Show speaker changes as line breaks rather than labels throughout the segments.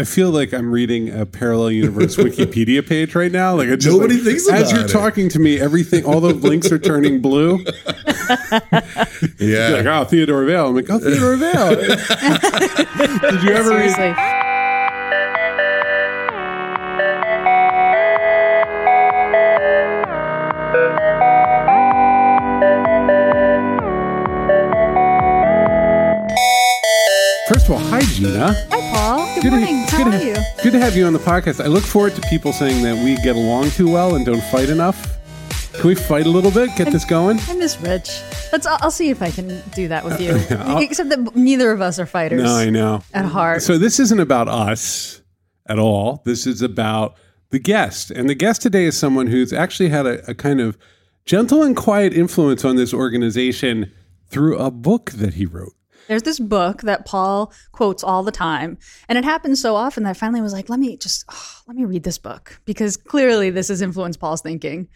I feel like I'm reading a parallel universe Wikipedia page right now. Like I just
Nobody
like,
thinks
as
about
you're
it.
talking to me, everything all the links are turning blue. You're like,
Yeah.
oh, Theodore Vale. I'm like, oh, Theodore Vale. Did you ever read
Seriously.
First of all, hi Gina.
Hi, Paul. Good, morning.
To,
How
good,
are
to-
you?
Good to have you on the podcast. I look forward to people saying that we get along too well and don't fight enough. Can we fight a little bit? Get this going.
I miss Rich. Let's. I'll, I'll see if I can do that with you.
I'll-
Except that neither of us are fighters
No, I know.
at heart.
So this isn't about us at all. This is about the guest. And the guest today is someone who's actually had a, a kind of gentle and quiet influence on this organization through a book that he wrote.
There's this book that Paul quotes all the time, and it happens so often that I finally was like, let me just oh, let me read this book because clearly this has influenced Paul's thinking.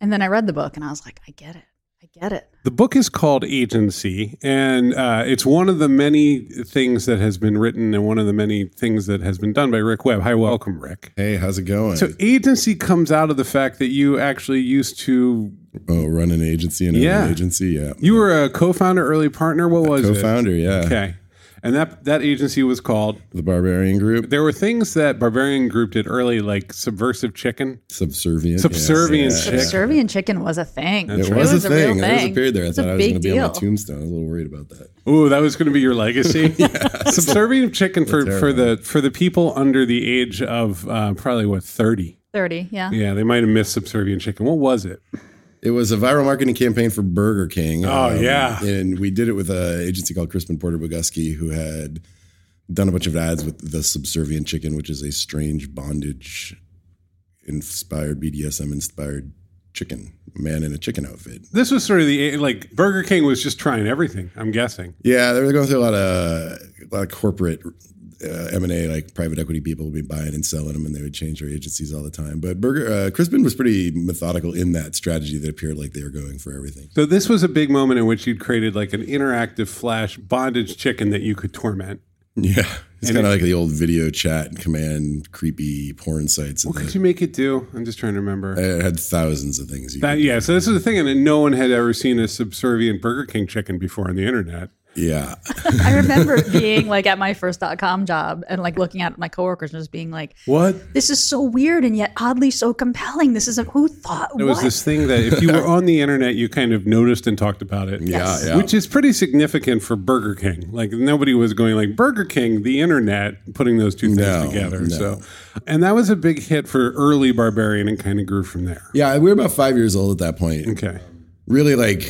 And then I read the book, and I was like, I get it. I get it.
The book is called Agency, and uh, it's one of the many things that has been written and one of the many things that has been done by Rick Webb. Hi, welcome, Rick.
Hey, how's it going?
So, agency comes out of the fact that you actually used to,
oh, run an agency and own
Yeah.
an agency. Yeah.
you were a co founder, early partner. What was it?
co-founder, yeah.
Okay. And that, that agency was called.
The Barbarian Group.
There were things that Barbarian Group did early, like Subversive Chicken.
Subservient.
Subservient
Yes, yeah.
Chick.
Subservient chicken was a thing.
It was, a
real
thing. There was a period there. I
It's
thought
a
I was
big
going to be on my
deal.
tombstone. I was a little worried about that.
Ooh, that was going to be your legacy. Subservient Chicken for, for the for the people under the age of uh, probably what thirty.
30, yeah.
Yeah, they might have missed Subservient Chicken. What was it?
It was a viral marketing campaign for Burger King. Um,
Oh, yeah.
And we did it with an agency called Crispin Porter Bogusky, who had done a bunch of ads with the Subservient Chicken, which is a strange bondage inspired BDSM inspired chicken man in a chicken outfit.
This was sort of the eh, like Burger King was just trying everything. I'm guessing.
Yeah, they were going through a lot of a lot of corporate uh, M and A, like private equity people would be buying and selling them, and they would change their agencies all the time. But Burger uh, Crispin was pretty methodical in that strategy. That appeared like they were going for everything.
So this was a big moment in which you'd created like an interactive flash bondage chicken that you could torment.
Yeah, it's
And
kind of like the old video chat command, creepy porn sites. and
What could
the-
you make it do? I'm just trying to remember.
it had thousands of things. You
That,
could,
Uh, yeah, so this is the thing, and no one had ever seen a subservient Burger King chicken before on the internet.
yeah,
I remember it being like at my first dot com job and like looking at my coworkers and just being like,
What?
this is so weird and yet oddly so compelling. This isn't who thought
It was
what?
this thing that if you were on the internet, you kind of noticed and talked about it.
Yes.
yeah, yeah.
Which is pretty significant for Burger King. Like nobody was going like Burger King, the internet, putting those two things
No,
together.
no.
So, and that was a big hit for early Barbarian, and kind of grew from there.
yeah. We were about five years old at that point.
Okay,
really like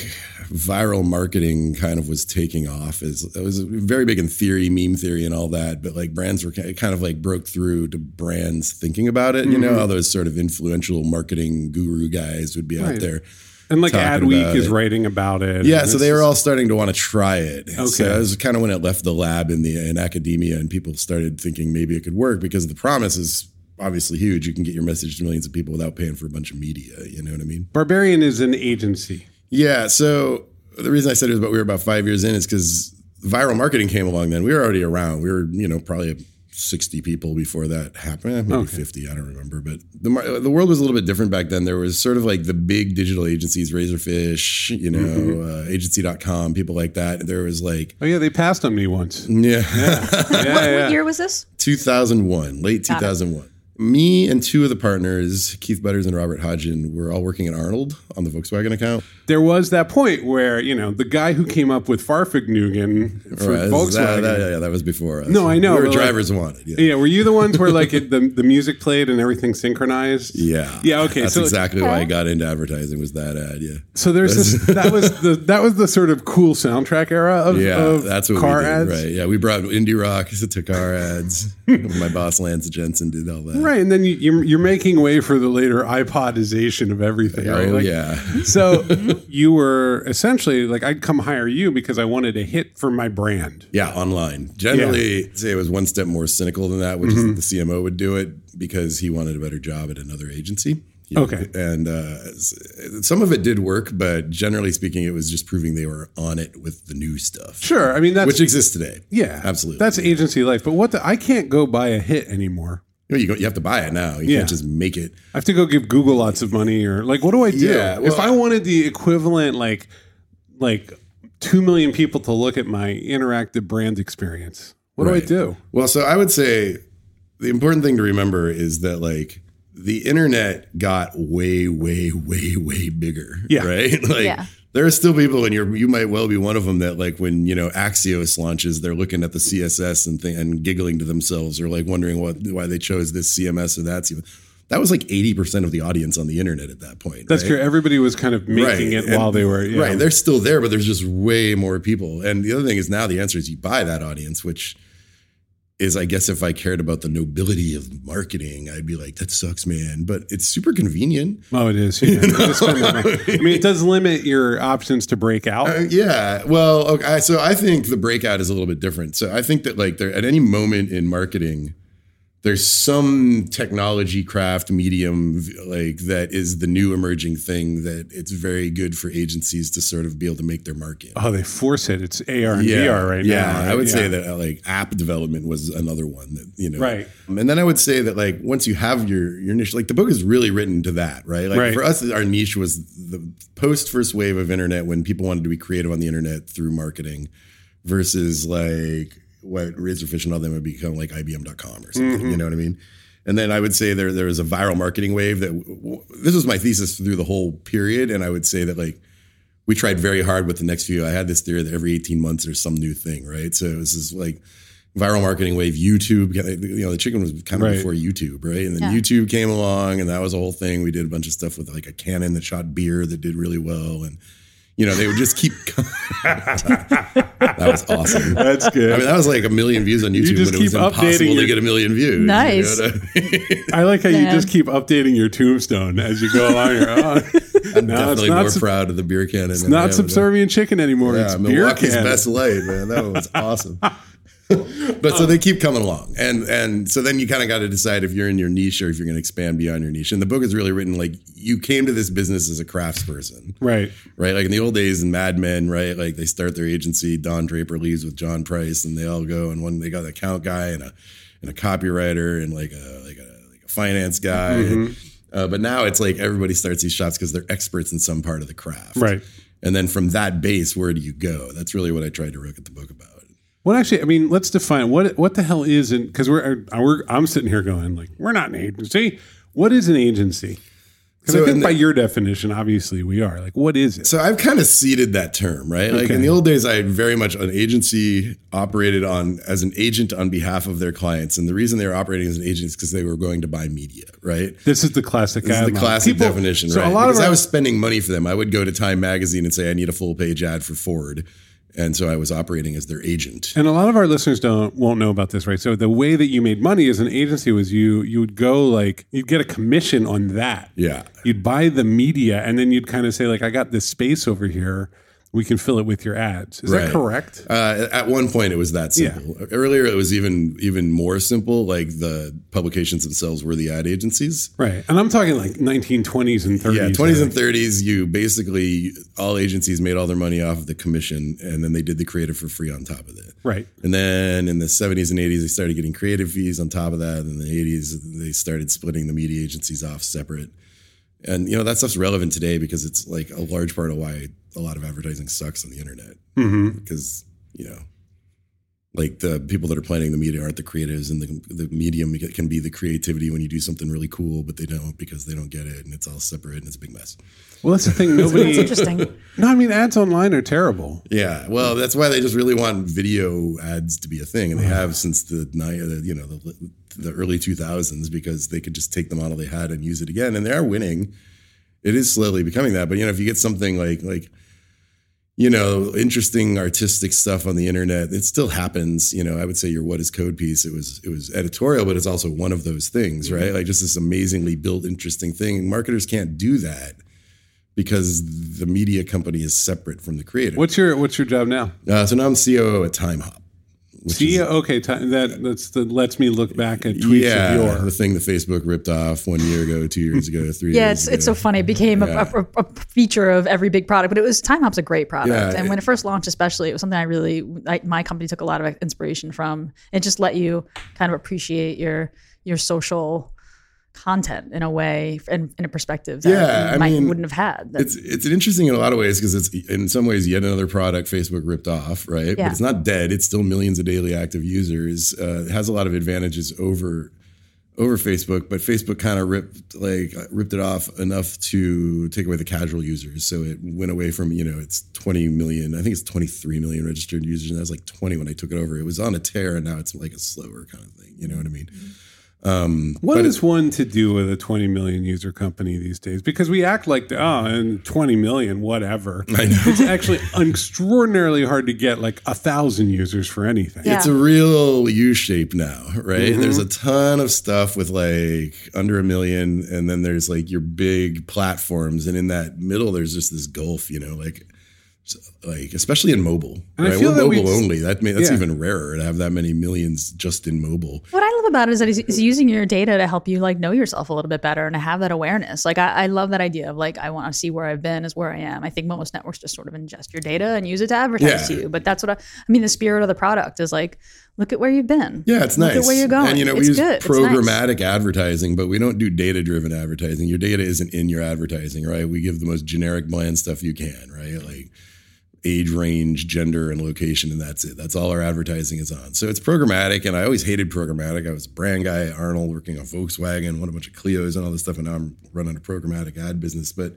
viral marketing kind of was taking off is it was very big in theory meme theory and all that but like brands were ki- kind of like broke through to brands thinking about it you know all those sort of influential marketing guru guys would be
Right.
out there
and like
Talking
Adweek
about
is
it.
writing about it.
yeah
And
so
it's
they were all starting to want to try it okay
Okay.
so that was kind of when it left the lab in the in academia and people started thinking maybe it could work because the promise is obviously huge you can get your message to millions of people without paying for a bunch of media you know what i mean
Barbarian is an agency.
Yeah. So the reason I said it was about we were about five years in is because viral marketing came along then. We were already around. We were, you know, probably 60 people before that happened. Eh, Maybe 50. I don't remember. But the, mar- the world was a little bit different back then. There was sort of like the big digital agencies, Razorfish, you know, uh, agency.com, people like that. There was like,
Oh yeah, they passed on me once.
yeah.
Yeah, yeah.
What year was this?
2001, late 2001. Me and two of the partners, Keith Butters and Robert Hodgin, were all working at Arnold on the Volkswagen account.
there was that point where you know the guy who came up with Farfignugan for
Right, this
Volkswagen.
is- that- that- yeah, that was before us.
No, I know,
We were
but like-
drivers wanted. Yeah.
Yeah, were you the ones where like it, the the music played and everything synchronized?
Yeah.
Yeah, okay,
That's
so-
exactly why I got into advertising was that ad. Yeah.
So there's this that was the that was the sort of cool soundtrack era of,
Yeah.
of
that's what
car
we did.
ads.
Right. Yeah. We brought indie rock to car ads. My boss, Lance Jensen, did all that.
Right, and then you, you're, you're making way for the later iPodization of everything. right?
Oh,
Like,
yeah. Mm-hmm.
So you were essentially like, I'd come hire you because I wanted a hit for my brand.
Yeah. Online. Generally, say it was one
Mm-hmm.
step more cynical than that, which is that the CMO would do it because he wanted a better job at another agency. you know,
Okay.
and uh, s- some of it did work, but generally speaking, it was just proving they were on it with the new stuff,
Sure. I mean, that's
which exists today.
yeah,
absolutely.
That's agency life. But what the, I can't go buy a hit anymore.
You, know, you, go, you have to buy it now. You
Yeah.
can't just make it.
I have to go give Google lots of money or like what do I do?
Yeah, well-
if I wanted the equivalent like like 2 million people to look at my interactive brand experience, what
Right.
do I do?
Well, so I would say the important thing to remember is that like the internet got way, way, way, way bigger.
Yeah.
Right. Like
Yeah.
there are still people, and you're you might well be one of them that like when you know Axios launches, they're looking at the CSS and thing and giggling to themselves or like wondering what why they chose this CMS or that CMS. That was like eighty percent of the audience on the internet at that point.
That's
right?
true. Everybody was kind of making it
and-
while they were yeah.
right. They're still there, but there's just way more people. And the other thing is now the answer is you buy that audience, which is I guess if I cared about the nobility of marketing, I'd be like, that sucks, man. But it's super convenient.
Oh, it is. Yeah. You just spend that money. I mean, it does limit your options to break out.
Uh, yeah. Well, okay. I- So I think the breakout is a little bit different. So I think that like there at any moment in marketing, there's some technology craft medium v- like that is the new emerging thing that it's very good for agencies to sort of be able to make their mark in.
Oh, they force it. It's AR and VR right
yeah,
now.
I would
right?
say
Yeah.
that uh, like app development was another one that you know.
Right.
Um, And then I would say that like once you have your your niche, like the book is really written to that, right? Like
Right.
for us, our niche was the post first wave of internet when people wanted to be creative on the internet through marketing, versus like what Razorfish and all them would become like IBM.com or something. You know what I mean? And then I would say there there was a viral marketing wave that w- w- this was my thesis through the whole period, and I would say that like we tried very hard with the next few. I had this theory that every 18 months there's some new thing, right? So it was this like viral marketing wave, YouTube, you know, the chicken was kind of
Right.
before YouTube, right? And then
Yeah.
YouTube came along and that was a whole thing. We did a bunch of stuff with like a cannon that shot beer that did really well. And, you know, they would just keep. that was awesome.
That's good.
I mean, that was like a million views on YouTube,
just
but it was
keep updating
impossible
your-
to get a million views. you
Nice.
know what I mean?
I like how you
Yeah.
just keep updating your tombstone as you go along. You're, "Oh,
I'm
No, it's
definitely
not
more
sub-
proud of the beer cannon. It's
not subservient chicken anymore.
Yeah,
it's beer
Milwaukee's
can.
best light, man. That one was awesome. but so they keep coming along, and and so then you kind of got to decide if you're in your niche or if you're going to expand beyond your niche. And the book is really written like you came to this business as a craftsperson,
Right.
right? Like in the old days in Mad Men, right? Like they start their agency, Don Draper leaves with John Price, and they all go, and one they got an account guy and a and a copywriter and like a like a like a finance guy.
Mm-hmm.
Uh, but now it's like everybody starts these shops because they're experts in some part of the craft,
Right.
and then from that base, where do you go? That's really what I tried to look at the book about.
Well, actually, I mean, let's define what what the hell is an because we're, uh, we're I'm sitting here going like we're not an agency. What is an agency? Because
So
I think
in
by your definition, obviously we are. Like, what is it?
So I've kind of ceded that term, right? Like
Okay.
in the old days, I very much an agency operated on as an agent on behalf of their clients, and the reason they were operating as an agent is because they were going to buy media, right?
This is the classic.
This
ad
is the
model.
classic
People-
definition,
So
right?
a lot
because
of
I
our-
was spending money for them. I would go to Time Magazine and say, "I need a full page ad for Ford," and so I was operating as their agent.
And a lot of our listeners don't won't know about this, right? So the way that you made money as an agency was you you would go like you'd get a commission on that.
Yeah,
You'd buy the media and then you'd kind of say like I got this space over here, we can fill it with your ads. Is that
Right.
correct?
Uh, at one point, it was that simple. Earlier, it was even even more simple. Like the publications themselves were the ad agencies.
Right. And I'm talking like 1920s and 30s.
Yeah, twenties
I
and thirties. You basically all agencies made all their money off of the commission, and then they did the creative for free on top of it.
Right.
And then in the seventies and eighties, they started getting creative fees on top of that. And in the eighties, they started splitting the media agencies off separate. And you know that stuff's relevant today because it's like a large part of why a lot of advertising sucks on the internet
hmm
because you know like the people that are planning the media aren't the creatives and the, the medium can be the creativity when you do something really cool but they don't because they don't get it and it's all separate and it's a big mess
Well, that's the thing.
That's
Nobody.
interesting.
no, I mean ads online are terrible.
yeah well that's why they just really want video ads to be a thing and they have since the ni- the, you know the, the early 2000s because they could just take the model they had and use it again and they are winning it is slowly becoming that but you know if you get something like like you know, interesting artistic stuff on the internet. It still happens. You know, I would say your "What Is Code" piece. It was it was editorial, but it's also one of those things, right? Like just this amazingly built, interesting thing. Marketers can't do that because the media company is separate from the creator.
What's your What's your job now?
Uh, so now I'm COO at Time Hop, which
See,
is-
okay, ti- that that's the lets me look back at tweets
yeah,
of yore.
the thing that Facebook ripped off one year ago, two years ago, three.
Yeah,
years
it's
ago.
it's so funny. It became
Yeah.
a, a, a feature of every big product, but it was Time Hop's a great product,
Yeah,
and
it-
when it first launched, especially, it was something I really I, my company took a lot of inspiration from. It just let you kind of appreciate your your social content in a way and in a perspective that
Yeah,
you
I
might
mean,
wouldn't have had. That-
it's it's interesting in a lot of ways because it's in some ways yet another product Facebook ripped off, right?
Yeah.
But it's not dead. It's still millions of daily active users. Uh, it has a lot of advantages over over Facebook, but Facebook kind of ripped like ripped it off enough to take away the casual users. So it went away from you know it's 20 million. I think it's 23 million registered users, and that was like 20 when I took it over. It was on a tear, and now it's like a slower kind of thing. You know what I mean? Um,
What
but
is one to do with a 20 million user company these days? Because we act like, oh, and 20 million, whatever.
I know.
It's actually extraordinarily hard to get like a thousand users for anything.
Yeah.
It's a real U shape now, right?
Mm-hmm.
There's a ton of stuff with like under a million, and then there's like your big platforms, and in that middle, there's just this gulf, you know, like so- like especially in mobile,
And I
right?
feel
We're
that we
mobile
just-
only. That may, that's
Yeah.
even rarer to have that many millions just in mobile.
What I love about it is that it's, it's using your data to help you like know yourself a little bit better and to have that awareness. Like I, I love that idea of like I want to see where I've been is where I am. I think most networks just sort of ingest your data and use it to advertise
Yeah.
to you. But that's what I, I mean. The spirit of the product is like look at where you've been.
Yeah, it's
Mm-hmm. Look
nice.
at where you're going.
And you know, we
It's
use
good. It's nice.
programmatic advertising, but we don't do data driven advertising. Your data isn't in your advertising, right? We give the most generic bland stuff you can, right? Like age range, gender, and location, and that's it. That's all our advertising is on. So it's programmatic, and I always hated programmatic. I was a brand guy at Arnold working on Volkswagen, won a bunch of Clios and all this stuff, and now I'm running a programmatic ad business. But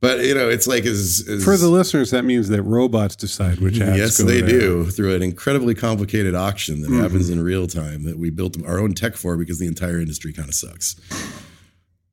but you know, it's like as, as
For the listeners, that means that robots decide which ads
Yes,
go
they
there. Mm-hmm.
do through an incredibly complicated auction that happens in real time that we built our own tech for because the entire industry kind of sucks.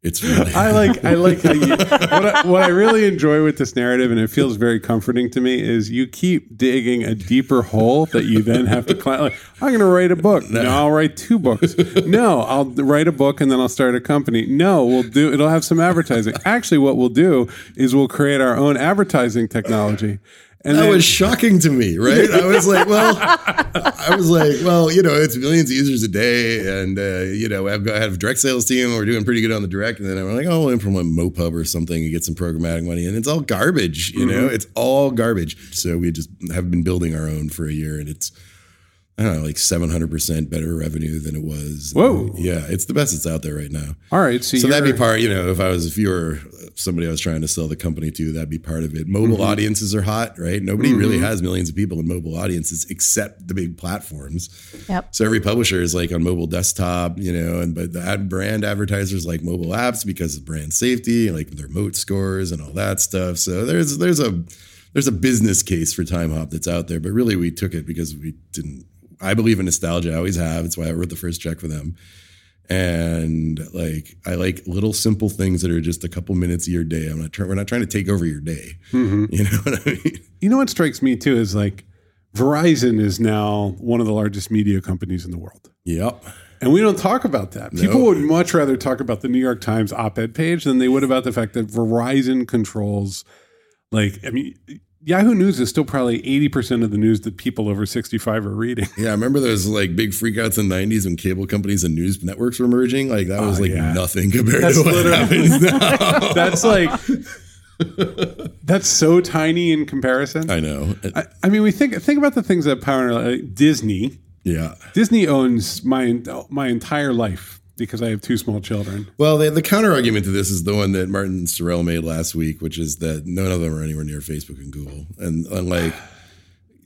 It's really
I like I like how you, what, I, what I really enjoy with this narrative, and it feels very comforting to me, is you keep digging a deeper hole that you then have to climb. Like, I'm going to write a book. No. I'll write two books. No, I'll write a book and then I'll start a company. No, we'll do. It'll have some advertising. Actually, what we'll do is we'll create our own advertising technology. And
that
then-
was shocking to me, right? I was like, well, I was like, well, you know, it's millions of users a day, and uh, you know, I've got I have a direct sales team. We're doing pretty good on the direct, and then I'm like, oh, we'll implement MoPub or something and get some programmatic money, and it's all garbage, you know, it's all garbage. So we just have been building our own for a year, and it's. I don't know, like 700% better revenue than it was.
Whoa.
Yeah, it's the best it's out there right now.
all right. So,
So
you're,
that'd be part, you know, if I was, if you were somebody I was trying to sell the company to, that'd be part of it. Mobile audiences are hot, right? Nobody really has millions of people in mobile audiences except the big platforms.
Yep.
So every publisher is like on mobile desktop, you know, and but the ad brand advertisers like mobile apps because of brand safety, like their moat scores and all that stuff. So there's there's a there's a business case for Time Hop that's out there, but really we took it because we didn't. I believe in nostalgia. I always have. It's why I wrote the first check for them. And like I like little simple things that are just a couple minutes of your day. I'm not trying. We're not trying to take over your day. You know what I mean?
you know what strikes me too is like Verizon is now one of the largest media companies in the world.
Yep.
And we don't talk about that. People would much rather talk about the New York Times op-ed page than they would about the fact that Verizon controls like I mean Yahoo News is still probably 80% of the news that people over 65 are reading.
Yeah, I remember those like big freakouts in the '90s when cable companies and news networks were merging. Like that was like
Oh, yeah.
nothing compared
That's
to what
literally-
happens now.
That's like that's so tiny in comparison. I,
I know.
I, mean we think think about the things that power like Disney.
yeah.
Disney owns my my entire life because I have two small children.
Well, the, the counter argument to this is the one that Martin Sorrell made last week, which is that none of them are anywhere near Facebook and Google, and unlike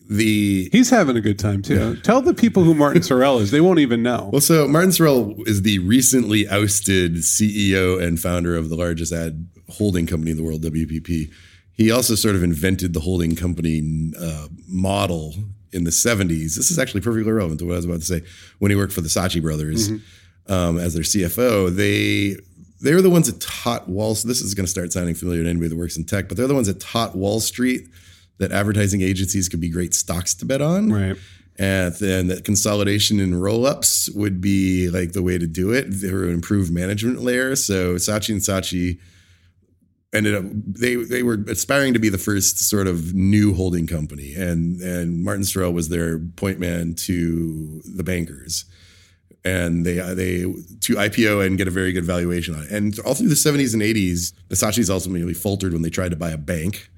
the
He's having a good time too. Tell the people who Martin Sorrell is. They won't even know.
Well, so Martin Sorrell is the recently ousted CEO and founder of the largest ad holding company in the world, WPP. He also sort of invented the holding company uh, model in the 70s. This is actually perfectly relevant to what I was about to say. When he worked for the Saatchi brothers um, as their CFO, they they were the ones that taught Wall. This is going to start sounding familiar to anybody that works in tech, but they're the ones that taught Wall Street that advertising agencies could be great stocks to bet on
right.
and then that consolidation and roll-ups would be like the way to do it. They were an improved management layer. So Saatchi and Saatchi ended up they they were aspiring to be the first sort of new holding company, and and Martin Sorrell was their point man to the bankers, and they they to IPO and get a very good valuation on it. And all through the seventies and eighties, the Saatchi's ultimately faltered when they tried to buy a bank.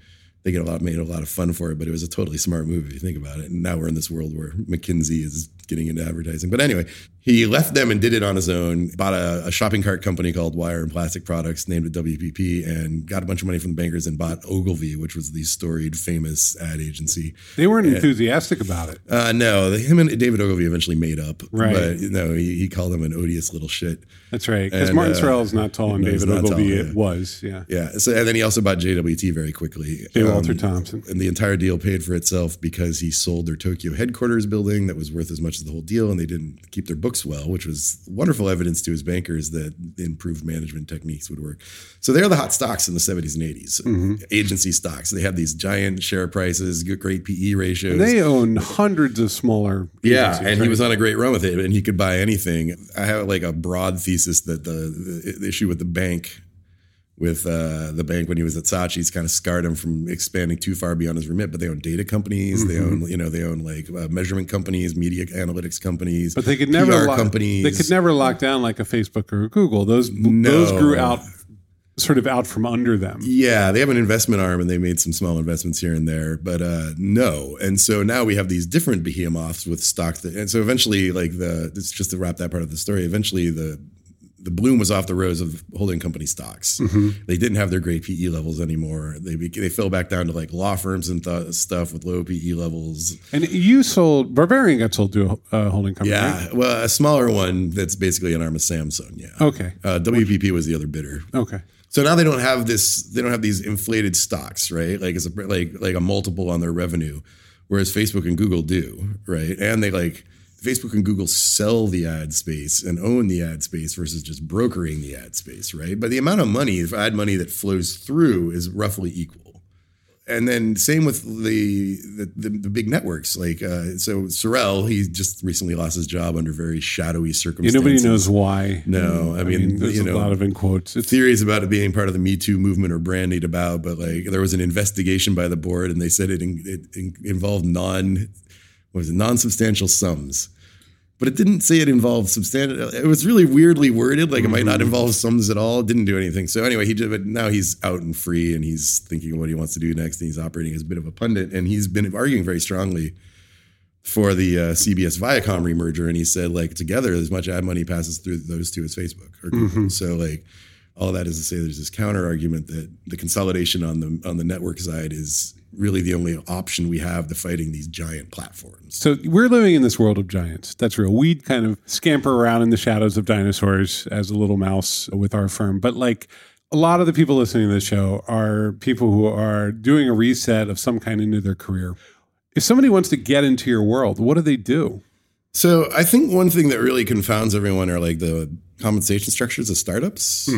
They get a lot made a lot of fun for it, but it was a totally smart move if you think about it. And now we're in this world where McKinsey is getting into advertising. But anyway, he left them and did it on his own, bought a, a shopping cart company called Wire and Plastic Products, named it WPP, and got a bunch of money from the bankers and bought Ogilvy, which was the storied, famous ad agency.
They weren't enthusiastic about it.
Uh, no, the, him and David Ogilvy eventually made up.
Right.
But no, he, he called him an odious little shit.
That's right. Because
And,
Martin
uh,
Sorrell is not tall, and
no, he's
David
not tall,
Ogilvy
yeah.
it was. Yeah.
Yeah. So and then he also bought JWT very quickly.
J. Walter
Um,
Thompson.
and the entire deal paid for itself because he sold their Tokyo headquarters building that was worth as much as the whole deal, and they didn't keep their books well, which was wonderful evidence to his bankers that improved management techniques would work. So they're the hot stocks in the 70s and 80s, agency stocks. They had these giant share prices, g- great PE ratios.
They own hundreds of smaller.
yeah,
agencies,
and he
right?
was on a great run with it, and he could buy anything. I have like a broad thesis that the, the issue with the bank with uh, the bank when he was at Saatchi's kind of scarred him from expanding too far beyond his remit. But they own data companies, they
Mm-hmm.
own you know they own like uh, measurement companies, media analytics companies,
But they could never
PR
lock,
companies.
They could never lock down like a Facebook or a Google. Those
No.
those grew out, sort of out from under them.
Yeah, they have an investment arm and they made some small investments here and there, but uh, no. And so now we have these different behemoths with stock. That, and so eventually, like the it's just to wrap that part of the story. Eventually, the the bloom was off the rose of holding company stocks. They didn't have their great PE levels anymore. They bec- they fell back down to like law firms and th- stuff with low PE levels.
And you sold Barbarian got sold to a uh, holding company. right?
Yeah, well, a smaller one that's basically an arm of Samsung. Yeah.
Okay.
Uh, WPP was the other bidder.
Okay.
So now they don't have this. They don't have these inflated stocks, right? Like it's a, like like a multiple on their revenue, whereas Facebook and Google do, right? And they like Facebook and Google sell the ad space and own the ad space versus just brokering the ad space, right? But the amount of money, if ad money that flows through, is roughly equal. And then same with the the, the, the big networks, like uh, so Sorrell, he just recently lost his job under very shadowy
Yeah,
circumstances.
nobody knows why.
No, I mean,
there's
you
a
know,
lot of in quotes. It's
theories about it being part of the Me Too movement or bandied about, but like there was an investigation by the board and they said it, in, it in, involved non what was it non-substantial sums. But it didn't say it involved substantial. It was really weirdly worded, like it might not involve sums at all. It didn't do anything. So anyway, he did. But now he's out and free, and he's thinking of what he wants to do next, and he's operating as a bit of a pundit. And he's been arguing very strongly for the uh, CBS Viacom remerger, and he said like together as much ad money passes through those two as Facebook or Google. So like all that is to say, there's this counter argument that the consolidation on the on the network side is really the only option we have to fighting these giant platforms.
So we're living in this world of giants. That's real. We kind of scamper around in the shadows of dinosaurs as a little mouse with our firm. But like a lot of the people listening to this show are people who are doing a reset of some kind into their career. If somebody wants to get into your world, what do they do?
So I think one thing that really confounds everyone are like the compensation structures of startups.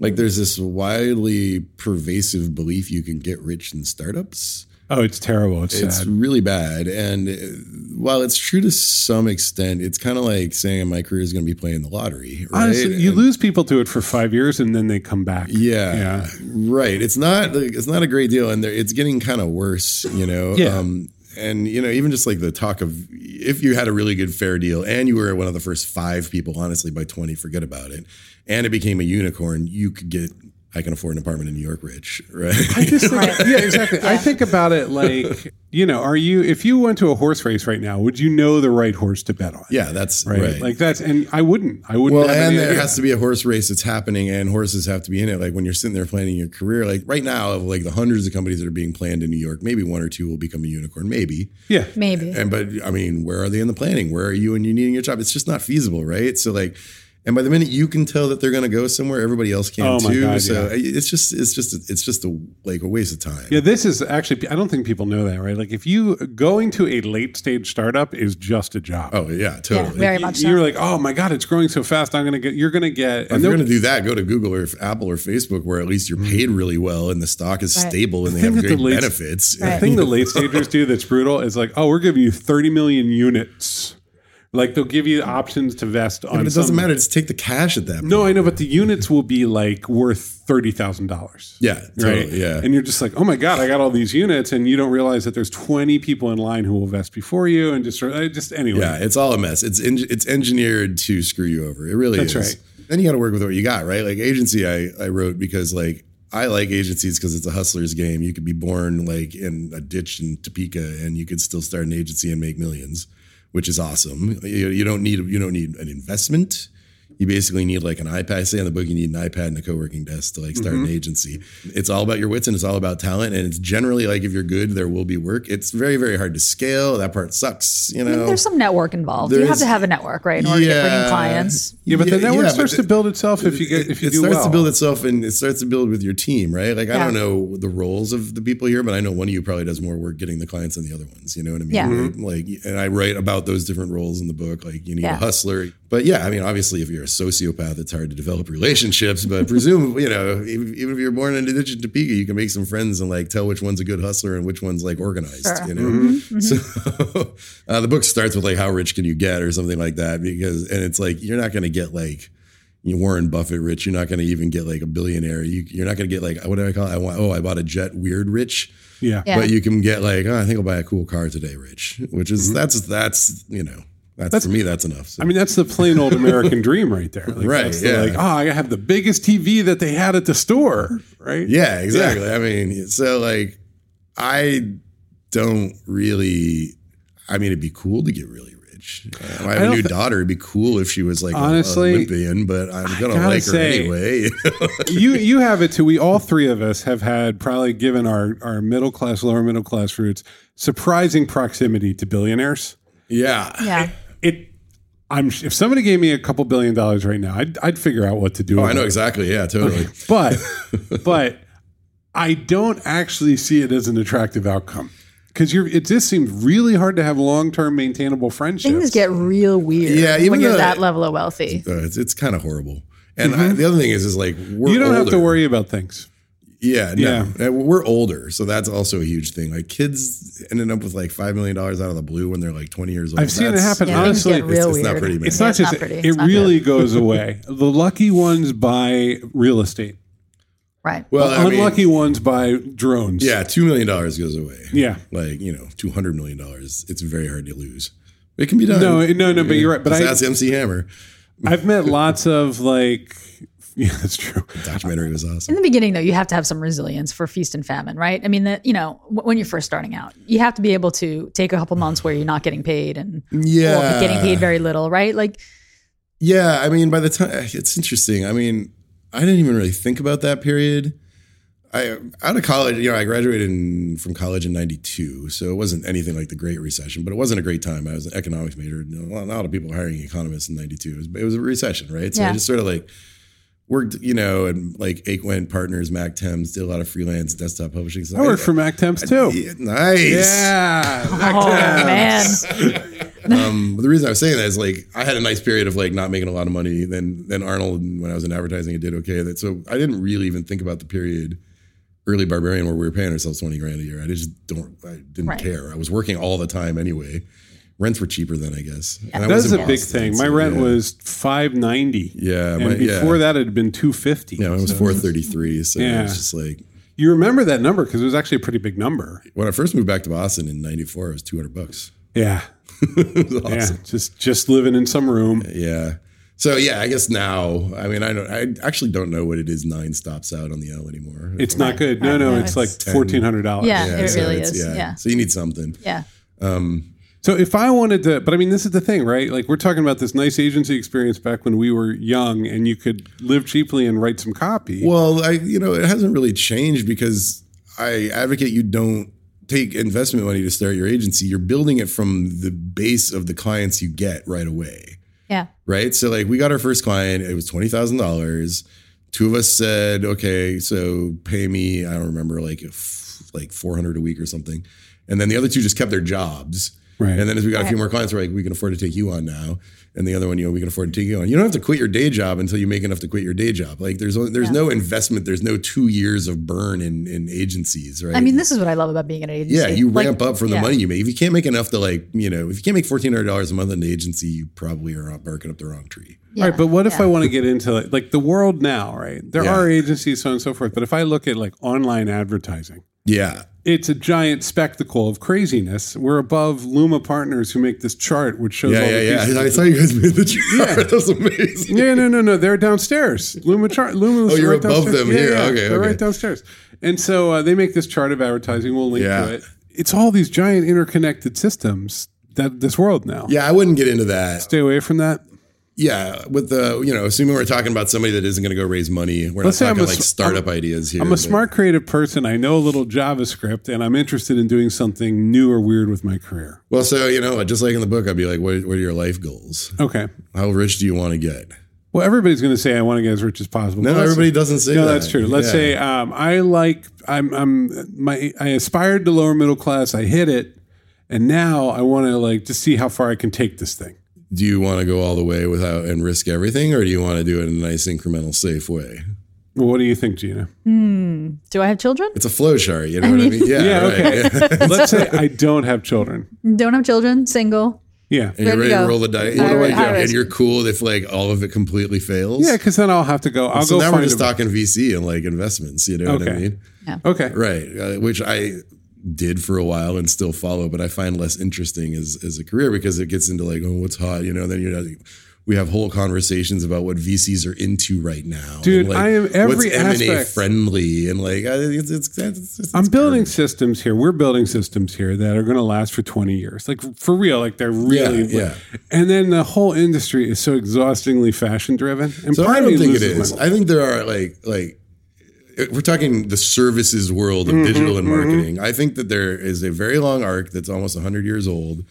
Like there's this widely pervasive belief you can get rich in startups.
Oh, it's terrible. It's,
It's
sad.
really bad. And uh, while it's true to some extent, it's kind of like saying my career is going to be playing the lottery. Right?
Honestly, you
And-
lose people to it for five years and then they come back.
yeah,
Yeah.
right. It's not like, it's not a great deal, and there- it's getting kind of worse. You know.
Yeah.
Um, and you know, even just like the talk of if you had a really good fair deal and you were one of the first five people, honestly, by twenty, forget about it. And it became a unicorn, you could get I can afford an apartment in New York, rich, right?
I just think, yeah, exactly. I think about it like, you know, are you, if you went to a horse race right now, would you know the right horse to bet on?
yeah, that's
Right.
right.
Like that's, and I wouldn't, I wouldn't.
Well,
have any
and there
idea.
has to be a horse race that's happening, and horses have to be in it. Like when you're sitting there planning your career, like right now, of like the hundreds of companies that are being planned in New York, maybe one or two will become a unicorn, maybe.
yeah.
Maybe.
And but I mean, where are they in the planning? Where are you and you needing your job? It's just not feasible, right? So like, and by the minute you can tell that they're going to go somewhere, everybody else can
Oh my
too.
God,
so it's just it's just it's just a like a waste of time.
Yeah, this is actually, I don't think people know that, right? Like, if you going to a late stage startup is just a job.
Oh yeah,
yeah,
totally.
very much so.
You're like, oh my God, it's growing so fast. I'm going to get, you're going to get,
if
and
you're
they're
going to do that, go to Google or Apple or Facebook, where at least you're paid really well and the stock is
Right.
stable and they
thing
have
that the
great
Mm. least-
benefits.
Right.
The thing the late stagers do that's brutal is like, oh, we're giving you 30 million units, Like they'll give you options to vest on.
But it doesn't
some-
matter. Just take the cash at that point.
No, I know, but the units will be like worth thirty thousand dollars.
Yeah, totally. Yeah.
And you're just like, oh my god, I got all these units, and you don't realize that there's twenty people in line who will vest before you, and just I just anyway.
yeah, it's all a mess. It's en- it's engineered to screw you over. It really
That's
is.
right.
Then you got to work with what you got, right? Like agency, I I wrote because like I like agencies because it's a hustler's game. You could be born like in a ditch in Topeka, and you could still start an agency and make millions, which is awesome. You, you don't need you don't need an investment. You basically need like an iPad. I say in the book, you need an iPad and a co-working desk to like start an agency. It's all about your wits and it's all about talent. And it's generally like if you're good, there will be work. It's very, very hard to scale. That part sucks, you know.
I mean, there's some network involved. You
There
have
is-
to have a network, right, in order to bring in
Yeah.
clients.
Yeah, but the
Yeah,
network
yeah, but
starts
the-
to build itself if you get if you
it
do
starts
well.
to build itself and it starts to build with your team, right? Like I
Yeah.
don't know the roles of the people here, but I know one of you probably does more work getting the clients than the other ones. You know what I mean?
Yeah.
Mm-hmm.
Like, like- and I write about those different roles in the book. Like you need
Yeah.
a hustler, but yeah, I mean, obviously, if you're a sociopath, it's hard to develop relationships. But presumably, you know, even, even if you're born in a ditch in Topeka, you can make some friends and like tell which one's a good hustler and which one's like organized.
Sure. Mm-hmm.
You know.
Mm-hmm.
So uh, the book starts with like how rich can you get or something like that because and it's like you're not going to get like you know, Warren Buffett rich. You're not going to even get like a billionaire. You, you're not going to get like what do I call it? I want oh I bought a jet weird rich.
yeah.
Yeah.
But you can get like oh, I think I'll buy a cool car today rich, which is that's that's you know that's, for me that's enough. So.
Mm-hmm. I mean, that's the plain old American dream right there. Like,
Right,
that's the,
yeah.
Like, oh, I have the biggest TV that they had at the store. Right.
Yeah, exactly. I mean, so like, I don't really. I mean, it'd be cool to get really rich. Uh, I have a
don't
new
thi-
daughter. It'd be cool if she was like
Honestly,
a Olympian, but I'm gonna
gotta
like
say-
her anyway.
you you have it too. We all three of us have had probably given our our middle class, lower middle class roots surprising proximity to billionaires.
yeah,
Yeah.
It. I'm if somebody gave me a couple billion dollars right now, I'd, I'd figure out what to do.
Oh,
with
I know
it.
exactly. Yeah, totally.
but but I don't actually see it as an attractive outcome because you're. It just seems really hard to have long term maintainable friendships.
Things get real weird
Yeah,
when
even
you're
though-
that level of wealthy.
Uh, it's it's kind of horrible. And I, the other thing is, is like we're
Mm-hmm. you don't have to
older.
worry about things.
Yeah,
Yeah.
no, Uh, we're older, so that's also a huge thing. Like kids ending up with like five million dollars out of the blue when they're like twenty years old.
I've seen it
That's-
happen.
Yeah,
Honestly,
things get real
it's- it's not
weird.
pretty, man.
It's
Yeah,
not just
pretty.
it
It's not
really goes away. The lucky ones buy real estate.
good. right.
Well, I mean-
Unlucky ones buy drones.
Yeah, two million dollars goes away.
Yeah.
like you know, two hundred million dollars. It's very hard to lose. It can be done.
No, no, no, but you're right. But
Just
I,
ask MC Hammer.
I've met lots of like, yeah, that's true.
The documentary was
In
awesome.
the beginning, though, you have to have some resilience for feast and famine, right? I mean, that you know, w- when you're first starting out, you have to be able to take a couple months where you're not getting paid and
Yeah,
or getting paid very little, right? Like,
Yeah, I mean, by the time it's interesting. I mean, I didn't even really think about that period. I out of college, you know, I graduated in, from college in '92, so it wasn't anything like the Great Recession, but it wasn't a great time. I was an economics major. and A lot, a lot of people were hiring economists in '92. It was, it was a recession, right? So
Yeah.
I just sort of like worked, you know, and like Aquent Partners, Mac Thames, did a lot of freelance desktop publishing. So
I work for Mac Temps too.
Yeah, nice.
Yeah. Mac
oh
Temps.
man,
Um, but the reason I was saying that is like I had a nice period of like not making a lot of money. Then then Arnold when I was in advertising it did okay. That so I didn't really even think about the period early Barbarian where we were paying ourselves twenty grand a year. I just don't I didn't
Right.
care. I was working all the time anyway. Rents were cheaper then I guess. And I
That's
was in
a big
Boston,
thing.
so
My rent
yeah.
was five ninety.
Yeah,
and
my- yeah.
before that it had been two fifty.
yeah, it was four thirty three. So
Yeah.
it was just like
You remember that number because it was actually a pretty big number.
when I first moved back to Boston in ninety four, it was two hundred bucks.
Yeah,
it was awesome.
yeah. Just just living in some room.
Yeah. So yeah, I guess now. I mean, I don't. I actually don't know what it is. Nine stops out on the L anymore.
It's not good. No, no,
no,
it's,
it's-
like fourteen hundred dollars.
yeah, it
so
really
it's-
is. Yeah. yeah,
So you need something.
So if I wanted to, but I mean, this is the thing, right? Like we're talking about this nice agency experience back when we were young, and you could live cheaply and write some copy.
Well, I you know it hasn't really changed because I advocate you don't take investment money to start your agency. You're building it from the base of the clients you get right away.
yeah.
right? So like we got our first client, it was twenty thousand dollars. Two of us said, okay, so pay me. I don't remember like if, like four hundred a week or something. And then the other two just kept their jobs.
Right.
And then as we got a few more clients, we're like, we can afford to take you on now. And the other one, you know, we can afford to take you on. You don't have to quit your day job until you make enough to quit your day job. Like there's only, there's no investment. There's no two years of burn in in agencies, right?
I mean, this is what I love about being an agency.
yeah, you
Like,
ramp up from the
yeah.
money you make. If you can't make enough to like, you know, if you can't make fourteen hundred dollars a month in the agency, you probably are barking up the wrong tree.
Yeah.
All right, but what if I want to get into like, like the world now, right? There
Yeah.
are agencies, so on and so forth. But if I look at like online advertising,
Yeah.
it's a giant spectacle of craziness. We're above Luma Partners, who make this chart which shows all
Yeah,
the
yeah,
pieces.
yeah. I saw you guys made the chart. That was amazing.
Yeah, no, no, no. They're downstairs. Luma chart. Luma.
Oh, you're
right
above
downstairs.
them here. Okay,
they're
okay.
right downstairs. And so uh, they make this chart of advertising. We'll link
Yeah.
to it. It's all these giant interconnected systems that this world now.
Yeah, I wouldn't get into that.
Stay away from that.
Yeah, with the you know, assuming we're talking about somebody that isn't going to go raise money, we're
Let's say
not
I'm
talking
a
like
s-
startup ideas here.
I'm a
but-
smart, creative person. I know a little JavaScript, and I'm interested in doing something new or weird with my career.
Well, so you know, just like in the book, I'd be like, what, "What are your life goals?
Okay.
How rich do you want to get?"
Well, everybody's going to say I want to get as rich as possible.
No,
Well, let's-
everybody doesn't say.
No,
that.
that's true. Let's
Yeah.
say um, I like I'm I'm my I aspired to lower middle class. I hit it, and now I want to like to see how far I can take this thing.
do you want to go all the way without and risk everything, or do you want to do it in a nice, incremental, safe way?
Well, what do you think, Gina?
Do I have children?
It's a flow chart, you know what I mean? Yeah,
Yeah,
right.
okay.
Yeah.
Let's say I don't have children.
Don't have children. Single.
Yeah,
And you're
There you
ready to
go.
roll the dice.
High
What do I
risk- high
do? And
risk.
you're cool if like all of it completely fails.
yeah, because then I'll have to go. I'll
So
go
now
find
we're just
a-
talking VC and like investments. You know what I
Okay.
mean?
Okay,
Right. Uh, which I did for a while and still follow, but I find less interesting as, as a career because it gets into like, oh, what's hot? You know, then you're not- we have whole conversations about what VCs are into right now.
Dude,
and, like,
I am every
what's M&A
aspect.
friendly and like, I- it's, it's, it's, it's, it's
I'm building systems here. We're building systems here that are going to last for 20 years, like for real. Like they're really.
yeah.
And then the whole industry is so exhaustingly fashion driven. And
So
part
I
of
don't
me
think
loses
it
my
is. I think there are like like if we're talking the services world of
Mm-hmm,
digital and marketing. I think that there is a very long arc that's almost 100 years old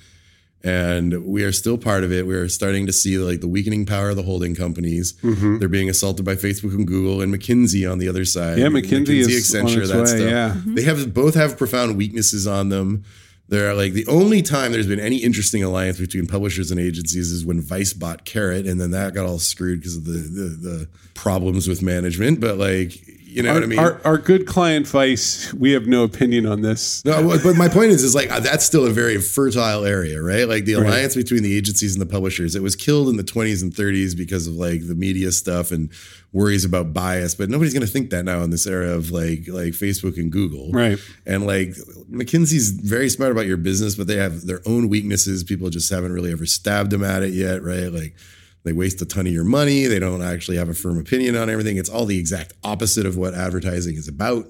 and we are still part of it. We are starting to see like the weakening power of the holding companies.
Mm-hmm.
They're being assaulted by Facebook and Google and McKinsey on the other side.
Yeah, McKinsey is on its way, yeah.
They have both have profound weaknesses on them. They're like the only time there's been any interesting alliance between publishers and agencies is when Vice bought Carrot, and then that got all screwed because of the, the the problems with management. But like, you know
our,
what I mean?
our, our good client Vice, we have no opinion on this.
No, well, but my point is, is like uh, that's still a very fertile area, right? Like the alliance between the agencies and the publishers. It was killed in the 20s and 30s because of like the media stuff and worries about bias. But nobody's going to think that now in this era of like like Facebook and Google,
Right.
And like McKinsey's very smart about your business, but they have their own weaknesses. People just haven't really ever stabbed them at it yet, right? Like. They waste a ton of your money. They don't actually have a firm opinion on everything. It's all the exact opposite of what advertising is about.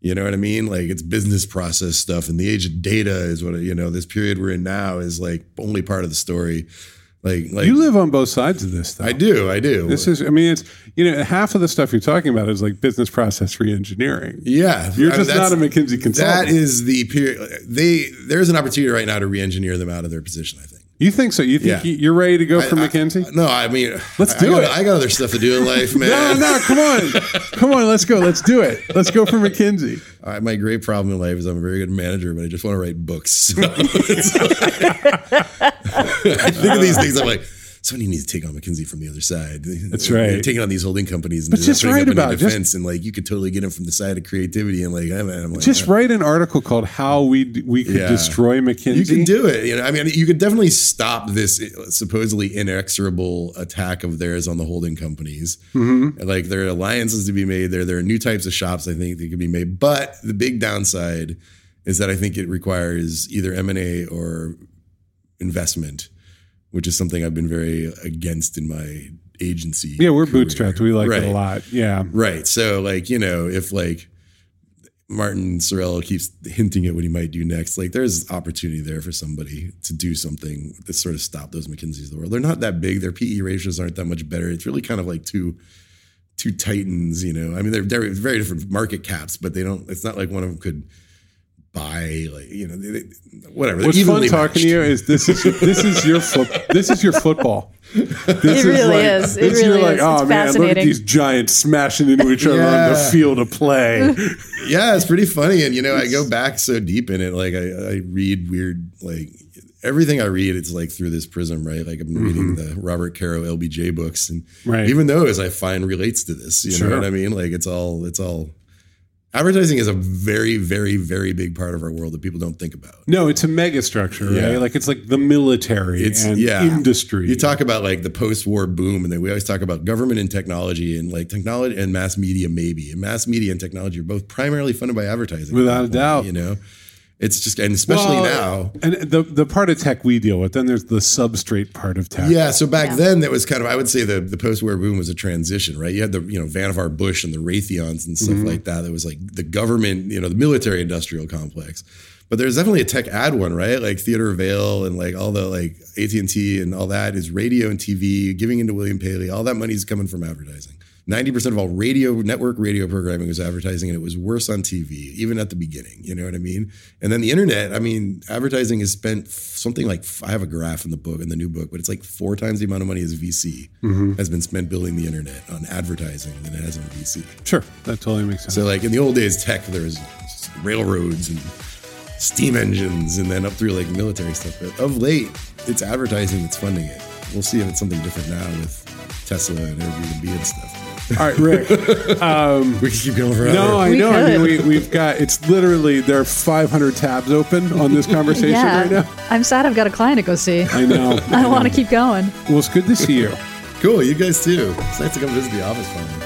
You know what I mean? Like it's business process stuff, and the age of data is what you know. This period we're in now is like only part of the story. Like, like
You live on both sides of this, though.
I do, I do.
This is, I mean, it's, you know, half of the stuff you're talking about is like business process reengineering.
yeah,
You're
I mean,
just
that's-
not a McKinsey consultant.
That is the period. They there's an opportunity right now to re-engineer them out of their position. I think.
you think so? You think
Yeah.
you- you're ready to go for
I-
McKinsey?
No, I mean,
Let's
I-
do
I got,
it.
I got other stuff to do in life,
no,
man.
no, come on. come on, let's go. Let's do it. Let's go for McKinsey.
I, my great problem in life is I'm a very good manager, but I just want to write books. So it's like- I think of these things. I'm like, somebody needs to take on McKinsey from the other side. That's
right.
taking on these holding companies and they're not
just
putting
write
up any
about it. Just-
defense, and like you could totally get them from the side of creativity. And like, I'm, I'm like,
Just write an article called "How We D- We Could
Yeah.
Destroy McKinsey."
you can do it. You know, I mean, you could definitely stop this supposedly inexorable attack of theirs on the holding companies.
Mm-hmm.
And, Like there are alliances to be made there. There are new types of shops I think that could be made. But the big downside is that I think it requires either M and A or investment, which is something I've been very against in my agency.
yeah, we're
career.
bootstrapped. We like it a
Right.
lot. Yeah,
Right. So like, you know, if like Martin Sorrell keeps hinting at what he might do next, like there's opportunity there for somebody to do something to sort of stop those McKinsey's of the world. They're not that big. Their PE ratios aren't that much better. It's really kind of like two two titans, you know. I mean, they're, they're very different market caps, but they don't it's not like one of them could buy like, you know, they, they- whatever. They're
What's fun
evenly
talking to
matched.
you is this is this is your flip, this is your football. This
It really is. It
this- you're
really
like,
is.
Oh man,
It's
look at
fascinating."
these giants smashing into each other on the
Yeah.
field of play.
yeah, it's pretty funny. And you know, I go back so deep in it. Like I, I read weird like everything I read, it's like through this prism, right? Like I'm reading the Robert Caro LBJ books, and
Mm-hmm. Right.
even those I find relates to this. You
Sure.
know what I mean? Like it's all it's all. Advertising is a very, very, very big part of our world that people don't think about.
No, it's a mega structure, right?
Yeah.
Like it's like the military
It's-
and
yeah.
industry.
You talk about like the post-war boom, and then we always talk about government and technology, and like technology and mass media, maybe. And mass media and technology are both primarily funded by advertising,
Without
at
a
that
doubt.
You know, it's just and especially
Well,
now.
And the the part of tech we deal with, then there's the substrate part of tech.
Yeah, so back then that was kind of I would say the the post-war boom was a transition, right? You had the you know Vannevar Bush and the Raytheons and stuff like that. That was like the government, you know, the military industrial complex. But there's definitely a tech ad one, right? Like Theodore Vale and like all the like AT and T and all that is radio and TV giving into William Paley. All that money's coming from advertising. Ninety percent of all radio network radio programming was advertising, and it was worse on TV, even at the beginning. You know what I mean? And then the internet. I mean, advertising has spent f- something like f- I have a graph in the book in the new book, but it's like four times the amount of money as VC has been spent building the internet on advertising than it has on VC.
Sure. That totally makes sense.
So like in the old days, tech there was railroads and steam engines, and then up through like military stuff. But of late, it's advertising that's funding it. We'll see if it's something different now with Tesla and Airbnb and stuff.
All right, Rick.
We could keep going forever.
No, I
We
know. I mean,
could.
we, we've got it's literally there are 500 tabs open on this conversation
yeah.
right now.
I'm sad I've got a client to go see.
I know.
I want to keep going.
Well, it's good to see you.
Cool, you guys too. It's nice to come visit the office finally.